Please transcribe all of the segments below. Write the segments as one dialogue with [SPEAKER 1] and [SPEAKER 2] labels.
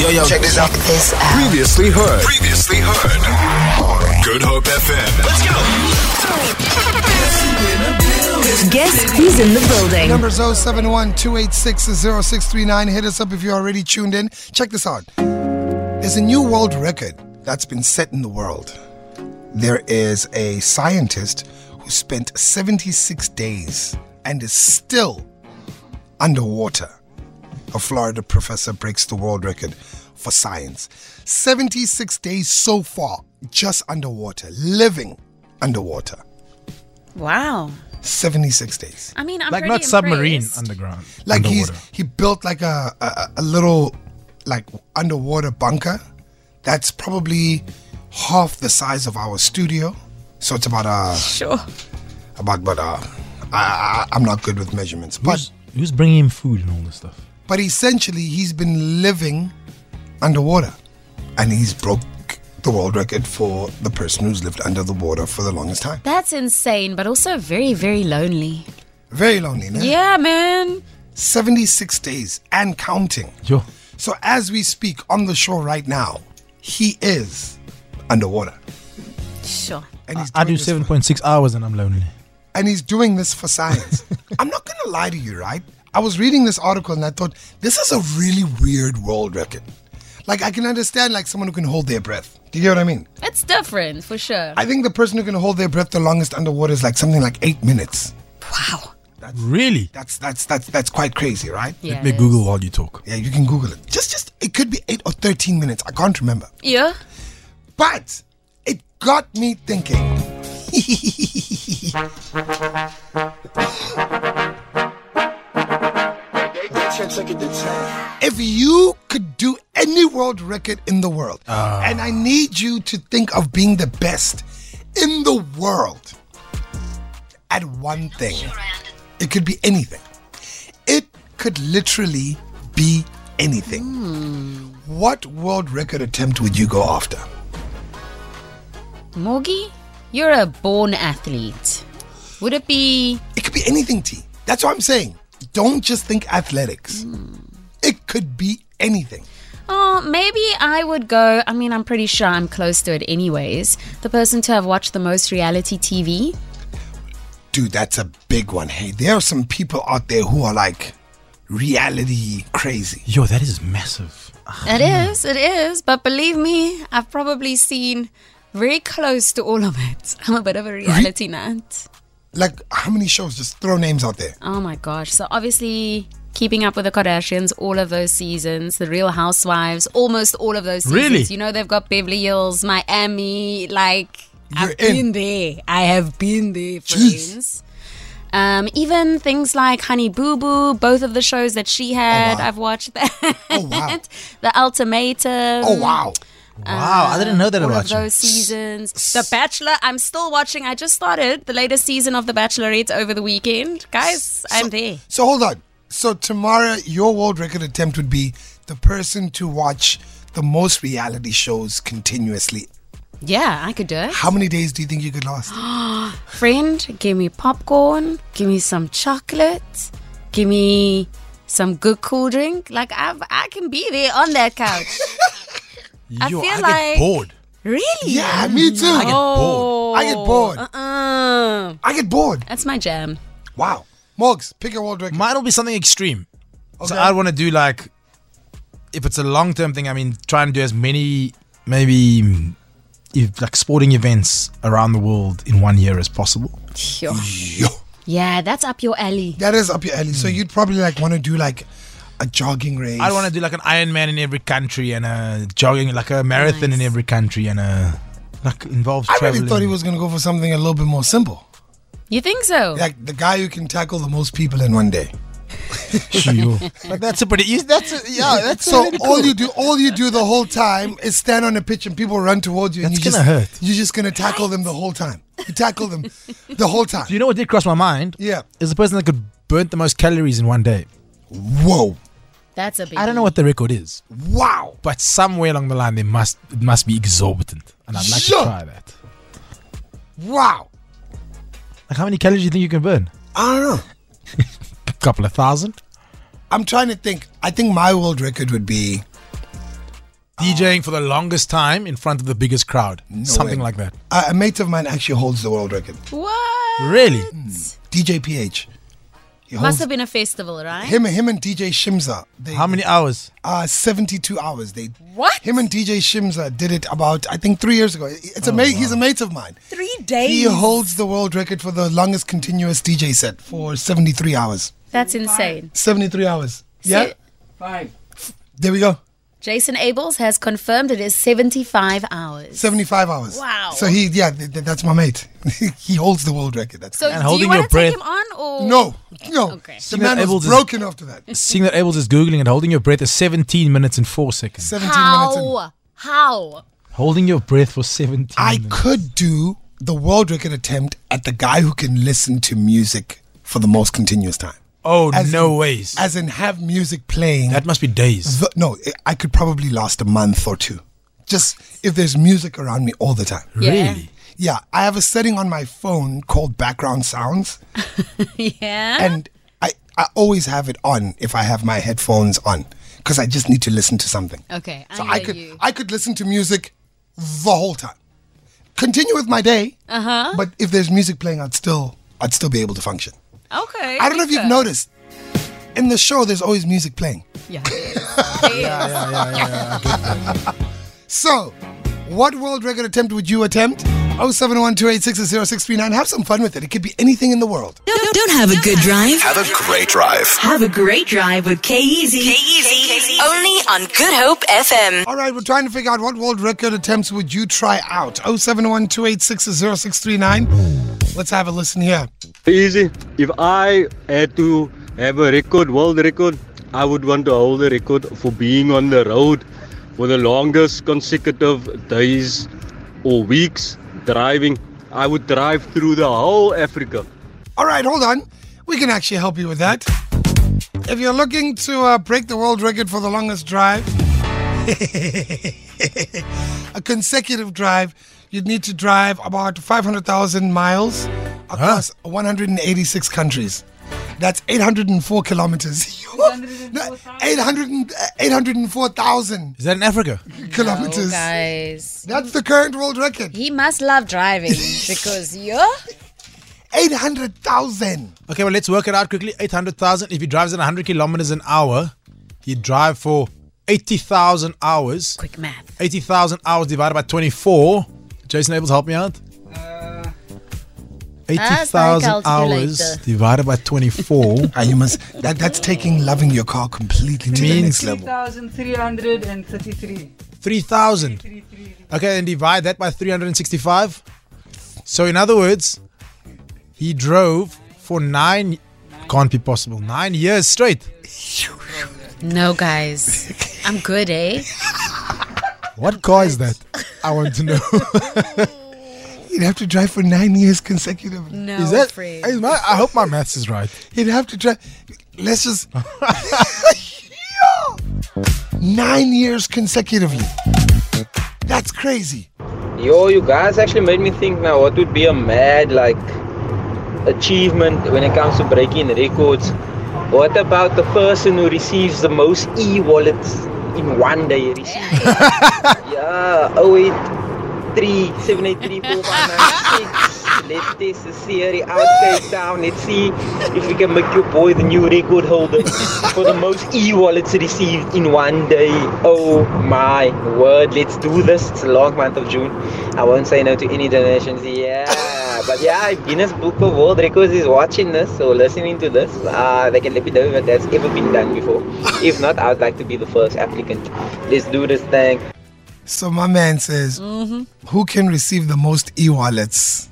[SPEAKER 1] Yo, yo, check this out.
[SPEAKER 2] This out.
[SPEAKER 3] Previously heard.
[SPEAKER 1] Previously heard. Good Hope FM. Let's
[SPEAKER 4] Guess who's in the building?
[SPEAKER 5] Number is 071 286 0639. Hit us up if you're already tuned in. Check this out. There's a new world record that's been set in the world. There is a scientist who spent 76 days and is still underwater. A Florida professor breaks the world record for science. 76 days so far, just underwater, living underwater.
[SPEAKER 6] Wow.
[SPEAKER 5] 76 days.
[SPEAKER 6] I mean, I'm
[SPEAKER 7] like
[SPEAKER 6] pretty
[SPEAKER 7] not submarine
[SPEAKER 6] impressed.
[SPEAKER 7] underground.
[SPEAKER 5] like he's
[SPEAKER 7] underwater.
[SPEAKER 5] he built like a, a a little like underwater bunker that's probably half the size of our studio so it's about uh
[SPEAKER 6] Sure.
[SPEAKER 5] about but uh I, I i'm not good with measurements but
[SPEAKER 7] who's, who's bringing him food and all this stuff?
[SPEAKER 5] but essentially he's been living underwater and he's broke the world record for the person who's lived under the water for the longest time
[SPEAKER 6] That's insane, but also very, very lonely.
[SPEAKER 5] very lonely no?
[SPEAKER 6] Yeah, man.
[SPEAKER 5] 76 days and counting
[SPEAKER 7] Yo,
[SPEAKER 5] So as we speak on the show right now, he is underwater,
[SPEAKER 6] Sure.
[SPEAKER 5] and he's
[SPEAKER 7] Uh, I
[SPEAKER 5] doing
[SPEAKER 7] do
[SPEAKER 5] this
[SPEAKER 7] seven point six hours and I'm lonely.
[SPEAKER 5] For, and he's doing this for science. I'm not gonna lie to you, right? I was reading this article and I thought this is a really weird world record. Like I can understand like someone who can hold their breath. Do you get what I mean?
[SPEAKER 6] It's different for sure.
[SPEAKER 5] I think the person who can hold their breath the longest underwater is like something like eight minutes.
[SPEAKER 6] wow.
[SPEAKER 7] Really?
[SPEAKER 5] That's that's that's that's quite crazy, right?
[SPEAKER 6] Yeah.
[SPEAKER 7] Let me
[SPEAKER 6] it
[SPEAKER 7] Google
[SPEAKER 6] is.
[SPEAKER 7] while you talk.
[SPEAKER 5] Yeah, you can Google it. Just just it could be eight or thirteen minutes. I can't remember.
[SPEAKER 6] Yeah.
[SPEAKER 5] But it got me thinking. if you could do any world record in the world, and I need you to think of being the best in the world at one thing, it could be anything. It could literally be anything. What world record attempt would you go after?
[SPEAKER 6] Morgie, you're a born athlete. Would it be
[SPEAKER 5] It could be anything, T. That's what I'm saying. Don't just think athletics.
[SPEAKER 6] Hmm.
[SPEAKER 5] It could be anything.
[SPEAKER 6] Oh, maybe I would go. I mean, I'm pretty sure I'm close to it, anyways. The person to have watched the most reality TV.
[SPEAKER 5] Dude, that's a big one. Hey, there are some people out there who are like reality crazy.
[SPEAKER 7] Yo, that is massive.
[SPEAKER 6] It
[SPEAKER 7] Hmm.
[SPEAKER 6] is, it is. But believe me, I've probably seen very close to all of it. I'm a bit of a reality nut.
[SPEAKER 5] Like, how many shows? Just throw names out there.
[SPEAKER 6] Oh my gosh. So, obviously, Keeping Up with the Kardashians, all of those seasons, The Real Housewives, almost all of those seasons.
[SPEAKER 7] Really?
[SPEAKER 6] You know, they've got Beverly Hills, Miami, like. I've
[SPEAKER 5] You're in.
[SPEAKER 6] been there. I have been there,
[SPEAKER 5] Jeez.
[SPEAKER 6] friends. Um, even things like Honey Boo Boo, both of the shows that she had, I've watched that.
[SPEAKER 5] Oh, wow.
[SPEAKER 6] the Ultimatum.
[SPEAKER 5] Oh, wow.
[SPEAKER 7] Wow, I didn't know that
[SPEAKER 6] all Uh,
[SPEAKER 7] about
[SPEAKER 6] of
[SPEAKER 7] you.
[SPEAKER 6] those seasons. The Bachelor, I'm still watching. I just started the latest season of The Bachelorette over the weekend. Guys, I'm there.
[SPEAKER 5] So, hold on. So, Tamara, your world record attempt would be the person to watch the most reality shows continuously.
[SPEAKER 6] Yeah, I could do it.
[SPEAKER 5] How many days do you think you could last?
[SPEAKER 6] Friend, give me popcorn, give me some chocolate, give me some good cool drink. Like I've, I can be there on that couch. I
[SPEAKER 7] Yo,
[SPEAKER 6] feel
[SPEAKER 7] I
[SPEAKER 6] like-
[SPEAKER 7] get bored.
[SPEAKER 6] really?
[SPEAKER 5] yeah, me too. I get,
[SPEAKER 6] Oh,
[SPEAKER 5] I get bored.
[SPEAKER 6] Uh-uh.
[SPEAKER 5] I get bored.
[SPEAKER 6] That's my jam.
[SPEAKER 5] Wow. Morgs, pick a world record.
[SPEAKER 7] Mine will be something extreme. So
[SPEAKER 5] Oh. Okay.
[SPEAKER 7] I want to do like, if it's a long term thing, I mean, try and do as many maybe mm, if, like sporting events around the world in one year as possible.
[SPEAKER 6] Sure.
[SPEAKER 5] Yo.
[SPEAKER 6] Yeah, that's up your alley.
[SPEAKER 5] That is up your alley. So you'd probably like want to do like a jogging race.
[SPEAKER 7] Hmm. I want to do like an Ironman in every country and a jogging like a marathon in
[SPEAKER 6] Nice.
[SPEAKER 7] every country and a like involves
[SPEAKER 5] I
[SPEAKER 7] traveling.
[SPEAKER 5] really thought he was gonna go for something a little bit more simple,
[SPEAKER 6] You think so?
[SPEAKER 5] like the guy who can tackle the most people in one day.
[SPEAKER 7] Yo. like that's a pretty. That's a, yeah. That's
[SPEAKER 5] So
[SPEAKER 7] really
[SPEAKER 5] all
[SPEAKER 7] cool.
[SPEAKER 5] you do, all you do the whole time is stand on a pitch and people run towards you. And
[SPEAKER 7] That's
[SPEAKER 5] you
[SPEAKER 7] gonna
[SPEAKER 5] just,
[SPEAKER 7] hurt.
[SPEAKER 5] You're just gonna tackle them the whole time. You tackle them the whole time.
[SPEAKER 7] Do you know what did cross my mind?
[SPEAKER 5] Yeah.
[SPEAKER 7] Is the person that could burn the most calories in one day.
[SPEAKER 5] Whoa.
[SPEAKER 6] That's a big.
[SPEAKER 7] I don't know what the record is,
[SPEAKER 5] Wow.
[SPEAKER 7] but somewhere along the line, they must it must be exorbitant, and I'd like
[SPEAKER 5] Sure.
[SPEAKER 7] to try that.
[SPEAKER 5] Wow.
[SPEAKER 7] Like, how many calories do you think you can burn?
[SPEAKER 5] I don't know.
[SPEAKER 7] A couple of thousand.
[SPEAKER 5] I'm trying to think. I think my world record would be
[SPEAKER 7] DJing for the longest time in front of the biggest crowd. Something
[SPEAKER 5] way.
[SPEAKER 7] like that.
[SPEAKER 5] Uh, a mate of mine actually holds the world record.
[SPEAKER 6] What?
[SPEAKER 7] Really?
[SPEAKER 5] DJ PH. He
[SPEAKER 6] Must
[SPEAKER 5] holds
[SPEAKER 6] have been a festival, right?
[SPEAKER 5] him, him and DJ Shimza. They
[SPEAKER 7] How many hours?
[SPEAKER 5] are 72 hours. They
[SPEAKER 6] What?
[SPEAKER 5] him and DJ Shimza did it about I think three years ago. It's a mate. He's a mate of mine.
[SPEAKER 4] Three days.
[SPEAKER 5] He holds the world record for the longest continuous DJ set for 73 hours.
[SPEAKER 6] That's insane.
[SPEAKER 5] 73 hours. Yeah.
[SPEAKER 6] So-
[SPEAKER 5] There we go.
[SPEAKER 6] Jason Abels has confirmed it is 75 hours.
[SPEAKER 5] 75 hours.
[SPEAKER 6] Wow.
[SPEAKER 5] So he, yeah, th- th- that's my mate. he holds the world record. That's
[SPEAKER 6] so
[SPEAKER 7] And
[SPEAKER 6] do you
[SPEAKER 7] holding
[SPEAKER 6] want
[SPEAKER 7] your
[SPEAKER 6] to take
[SPEAKER 7] breath.
[SPEAKER 6] him on or
[SPEAKER 5] no, no.
[SPEAKER 6] Okay.
[SPEAKER 5] The man
[SPEAKER 7] Abels
[SPEAKER 5] was
[SPEAKER 7] is-
[SPEAKER 5] broken after that.
[SPEAKER 7] Seeing that Abel's is Googling and holding your breath is 17 minutes and 4 seconds.
[SPEAKER 5] 17 minutes. in.
[SPEAKER 6] How? How?
[SPEAKER 7] Holding your breath for 17
[SPEAKER 5] I
[SPEAKER 7] minutes.
[SPEAKER 5] could do the world record attempt at the guy who can listen to music for the most continuous time.
[SPEAKER 7] Oh,
[SPEAKER 5] As
[SPEAKER 7] no
[SPEAKER 5] in-
[SPEAKER 7] ways.
[SPEAKER 5] As in have music playing.
[SPEAKER 7] that must be days.
[SPEAKER 5] The- no, I- I could probably last a month or two. Just if there's music around me all the time.
[SPEAKER 6] Yeah.
[SPEAKER 7] Really?
[SPEAKER 5] Yeah, I have a setting on my phone called background sounds,
[SPEAKER 6] Yeah.
[SPEAKER 5] and I, I always have it on if I have my headphones on because I just need to listen to something.
[SPEAKER 6] okay. I,
[SPEAKER 5] So
[SPEAKER 6] hear
[SPEAKER 5] I could
[SPEAKER 6] you.
[SPEAKER 5] I could listen to music the whole time. Continue with my day. Uh-huh. But if there's music playing, I'd still I'd still be able to function.
[SPEAKER 6] okay.
[SPEAKER 5] I don't know if
[SPEAKER 6] good.
[SPEAKER 5] you've noticed. In the show there's always music playing.
[SPEAKER 6] Yeah. There is.
[SPEAKER 5] So, what world record attempt would you attempt? 0712860639. Have some fun with it. It could be anything in the world.
[SPEAKER 4] Don't, don't have a good drive.
[SPEAKER 1] Have a great drive.
[SPEAKER 4] Have a great drive with K-Easy. K-Easy. Only on Good Hope FM.
[SPEAKER 5] All right, we're trying to figure out what world record attempts would you try out? 0712860639. Let's have a listen here.
[SPEAKER 2] Easy. If I had to have a record, world record, I would want to hold the record for being on the road for the longest consecutive days or weeks driving. I would drive through the whole Africa.
[SPEAKER 5] All right, hold on. We can actually help you with that. If you're looking to uh, break the world record for the longest drive, a consecutive drive, you'd need to drive about 500,000 miles across 186 countries. That's 804 kilometers. No, 800 and- uh, 804,000
[SPEAKER 7] Is that in Africa?
[SPEAKER 6] Oh,
[SPEAKER 5] kilometers.
[SPEAKER 6] guys.
[SPEAKER 5] That's the current world record.
[SPEAKER 6] He must love driving because you're
[SPEAKER 5] 800,000.
[SPEAKER 7] Okay, well, let's work it out quickly. 800,000. If he drives at 100 kilometers an hour, he'd drive for 80,000 hours.
[SPEAKER 6] quick math.
[SPEAKER 7] 80,000 hours divided by 24. Jason Abels, help me out.
[SPEAKER 5] Uh,
[SPEAKER 7] 80,000
[SPEAKER 6] Ask my
[SPEAKER 7] hours
[SPEAKER 6] calculator.
[SPEAKER 7] divided by 24
[SPEAKER 5] Ah, you must. That, that's taking loving your car completely to the
[SPEAKER 7] Means-
[SPEAKER 5] next level.
[SPEAKER 3] 3,333.
[SPEAKER 7] 3,000. Okay, and divide that by 365. So, in other words, he drove for nine, can't be possible, nine years straight.
[SPEAKER 6] No, guys. I'm good, eh?
[SPEAKER 7] What car is that? I want to know.
[SPEAKER 5] He'd have to drive for nine years consecutively.
[SPEAKER 6] No,
[SPEAKER 7] is that?
[SPEAKER 6] Fred.
[SPEAKER 7] is my- I hope my maths is right.
[SPEAKER 5] He'd have to drive. Let's just. Yo! Nine years consecutively. That's crazy.
[SPEAKER 8] Yo, you guys actually made me think now what would be a mad like achievement when it comes to breaking records. What about the person who receives the most e-wallets in one day? He receives- yeah, 083 Let's test the theory out Cape Town. Let's see if we can make your boy the new record holder for the most e-wallets received in one day. Oh my word, let's do this. It's a long month of June. I won't say no to any donations. Yeah, but yeah, if Guinness Book of World Records is watching this or listening to this. Uh, they can let me know if that's ever been done before. If not, I would like to be the first applicant. Let's do this thing.
[SPEAKER 5] So my man says,
[SPEAKER 6] Mm-hmm.
[SPEAKER 5] who can receive the most e-wallets?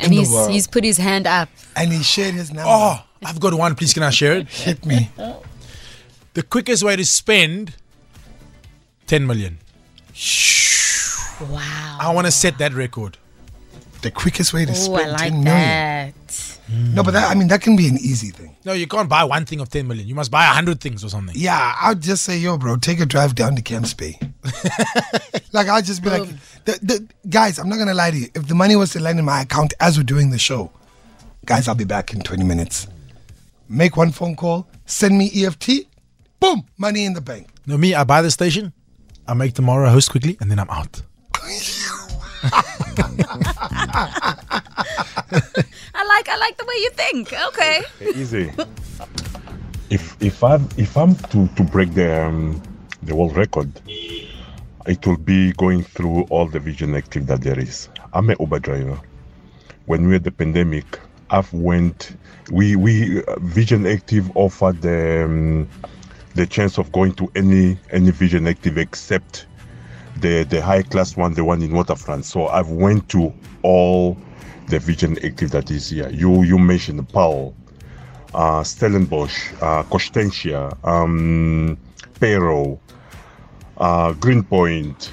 [SPEAKER 6] And
[SPEAKER 5] the
[SPEAKER 6] he's
[SPEAKER 5] world.
[SPEAKER 6] he's put his hand up.
[SPEAKER 5] And he shared his number.
[SPEAKER 7] Oh, I've got one. Please, can I share it?
[SPEAKER 5] hit me.
[SPEAKER 7] The quickest way to spend 10 million.
[SPEAKER 6] Wow.
[SPEAKER 7] I want to set that record.
[SPEAKER 5] The quickest way to
[SPEAKER 6] Oh, I
[SPEAKER 5] spend
[SPEAKER 6] like
[SPEAKER 5] 10 million.
[SPEAKER 6] that.
[SPEAKER 5] No, but that, I mean, that can be an easy thing.
[SPEAKER 7] No, you can't buy one thing of 10 million. You must buy 100 things or something.
[SPEAKER 5] Yeah, I'd just say, yo, bro, take a drive down to Camps Bay. like, I'd just be like, the, the, guys, I'm not going to lie to you. If the money was to land in my account as we're doing the show, guys, I'll be back in 20 minutes. Make one phone call, send me EFT, E boom, money in the bank.
[SPEAKER 7] No, me, I buy the station, I make tomorrow a host quickly, and then I'm out.
[SPEAKER 6] I like I like the way you think. Okay.
[SPEAKER 9] Easy. if if I if I'm to to break the um, the world record, it will be going through all the vision active that there is. I'm a Uber driver. When we had the pandemic, I've went. We we uh, vision active offered the um, the chance of going to any any vision active except the the high class one, the one in waterfront. So I've went to all the vision active that is here. You you mentioned Powell, uh, Stellenbosch, uh, Constantia, um, Pero, uh, Greenpoint,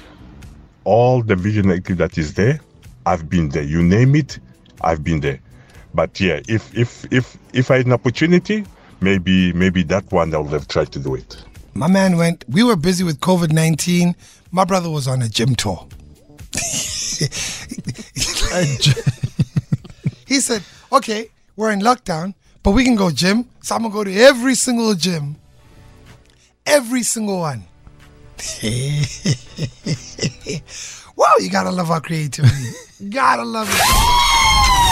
[SPEAKER 9] all the vision active that is there. I've been there. You name it, I've been there. But yeah, if if if if I had an opportunity, maybe maybe that one I would have tried to do it.
[SPEAKER 5] My man went, we were busy with COVID 19. My brother was on a gym tour. he said, okay, we're in lockdown, but we can go gym. So I'm going to go to every single gym, every single one. wow, you got to love our creativity. gotta love it.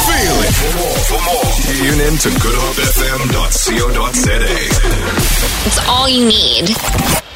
[SPEAKER 1] Feel it. For more, for more, tune in to goodhopefm.co.za.
[SPEAKER 10] It's all you need.